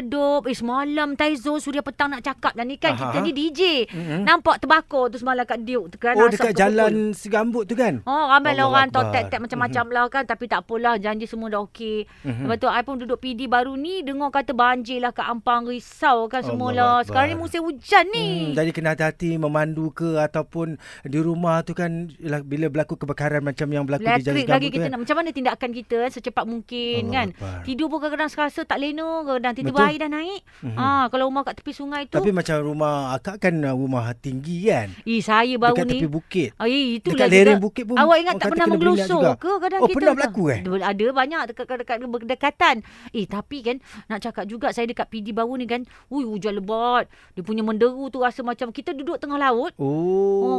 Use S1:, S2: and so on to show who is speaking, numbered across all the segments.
S1: redup. Eh semalam Taizo Suria petang nak cakap lah ni kan. Kita
S2: Aha.
S1: ni DJ. Mm-hmm. Nampak terbakar tu semalam kat Duke tu kan.
S2: Oh
S1: asap
S2: dekat
S1: tu pukul.
S2: jalan Segambut tu kan?
S1: Oh, ramai lah
S2: Allah
S1: orang
S2: Akbar.
S1: tau tek-tek macam-macam lah kan. Tapi tak apalah, janji semua dah okey.
S2: Mhm.
S1: Lepas tu, I pun duduk PD baru ni, dengar kata banjir lah kat Ampang, risau kan semua
S2: Allah
S1: lah.
S2: Akbar.
S1: Sekarang ni musim hujan
S2: Hmm,
S1: ni.
S2: jadi kena hati-hati memandu ke ataupun di rumah tu kan ialah bila berlaku kebakaran macam yang berlaku di
S1: Elektrik
S2: jalan
S1: lagi
S2: Segambut tu
S1: kita
S2: kan.
S1: nak. Macam mana tindakan kita eh, secepat mungkin
S2: Allah
S1: kan.
S2: Akbar.
S1: Tidur pun kadang-kadang serasa tak lena ke. Dan tiba-tiba
S2: Betul.
S1: air dah naik. Ha, kalau rumah kat tepi sungai tu.
S2: Tapi macam rumah akak kan uh, rumah tinggi kan?
S1: eh, saya baru
S2: Dekat
S1: ni.
S2: tepi bukit.
S1: Ah, eh, itulah
S2: Dekat
S1: juga.
S2: lereng bukit pun
S1: Awak ingat
S2: orang
S1: tak
S2: kata
S1: pernah
S2: kena beringat
S1: menggelusur
S2: juga.
S1: ke kadang
S2: Oh,
S1: kita?
S2: pernah berlaku eh?
S1: Ada banyak dekat, dekat, dekat berdekatan. Eh tapi kan nak cakap juga saya dekat PD baru ni kan. Ui hujan lebat. Dia punya menderu tu rasa macam kita duduk tengah laut.
S2: Oh,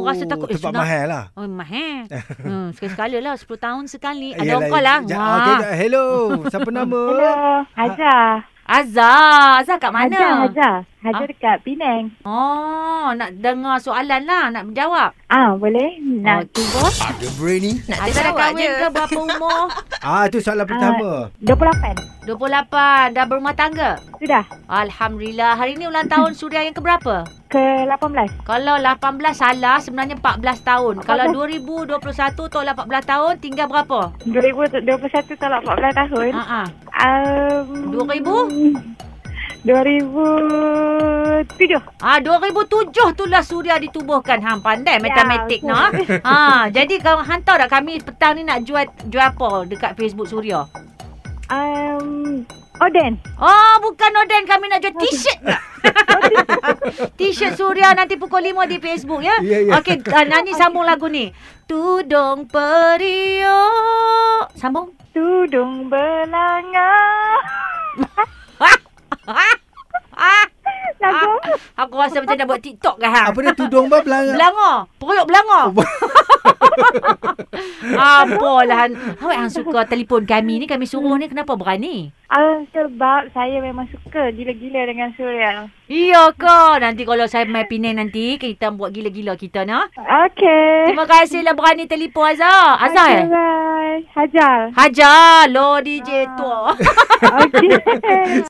S1: Oh, rasa takut. Eh,
S2: Tempat
S1: sunat.
S2: mahal lah.
S1: Oh mahal. hmm, sekali-sekala lah 10 tahun sekali. Ada
S2: Yalah,
S1: ongkol lah.
S2: ja-
S1: Wah.
S2: Ah, okey, ja- hello, siapa nama?
S3: Hello, Haja.
S1: Azhar. Azhar kat mana?
S3: Haja, Haja. Haja
S1: Ah.
S3: dekat Penang.
S1: Oh nak dengar soalan lah. Nak menjawab.
S3: Ah, boleh?
S1: Oh,
S3: Nak
S1: cuba.
S4: Ada brain ni.
S5: Nak
S1: Azhar dah kahwin ke berapa umur?
S2: Ah, itu soalan pertama.
S3: 28.
S1: 28. Dah berumah tangga?
S3: Sudah.
S1: Alhamdulillah. Hari ni ulang tahun Suria yang keberapa?
S3: Ke 18.
S1: Kalau 18 salah, sebenarnya 14 tahun. Kalau 2021 tolak 14 tahun, tinggal berapa?
S3: 2021 tolak 14 tahun.
S1: Ha ah.
S3: Um,
S1: 2000?
S3: 2007.
S1: Ah 2007 itulah Suria ditubuhkan. Hang pandai matematik
S3: betul.
S1: nak. ha, jadi kalau hantar tak kami petang ni nak jual jual apa dekat Facebook Suria?
S3: Um, Oden.
S1: Oh, bukan Oden kami nak jual t-shirt tak? t-shirt Suria nanti pukul 5 di Facebook ya.
S2: Ya, ya.
S1: Okey, uh, nyanyi sambung lagu ni. Tudung periuk. Sambung.
S3: Tudung belanga. Lagu.
S1: Ah, Aku rasa macam nak buat TikTok kan hang.
S2: Apa dia tudung bah belanga?
S1: Belanga. Periuk belanga. Apalah. Han. Awak hang suka telefon kami ni. Kami suruh ni kenapa berani?
S3: Ah, sebab saya memang suka gila-gila dengan Surya.
S1: Iya ke? Nanti kalau saya main Penang nanti, kita buat gila-gila kita
S2: Eh.
S1: nak.
S3: Okay.
S1: Terima kasihlah berani telefon Azhar. Azhar eh?
S3: Okay, bye. Hajar.
S1: Hajar. Lo DJ tua.
S3: Okay.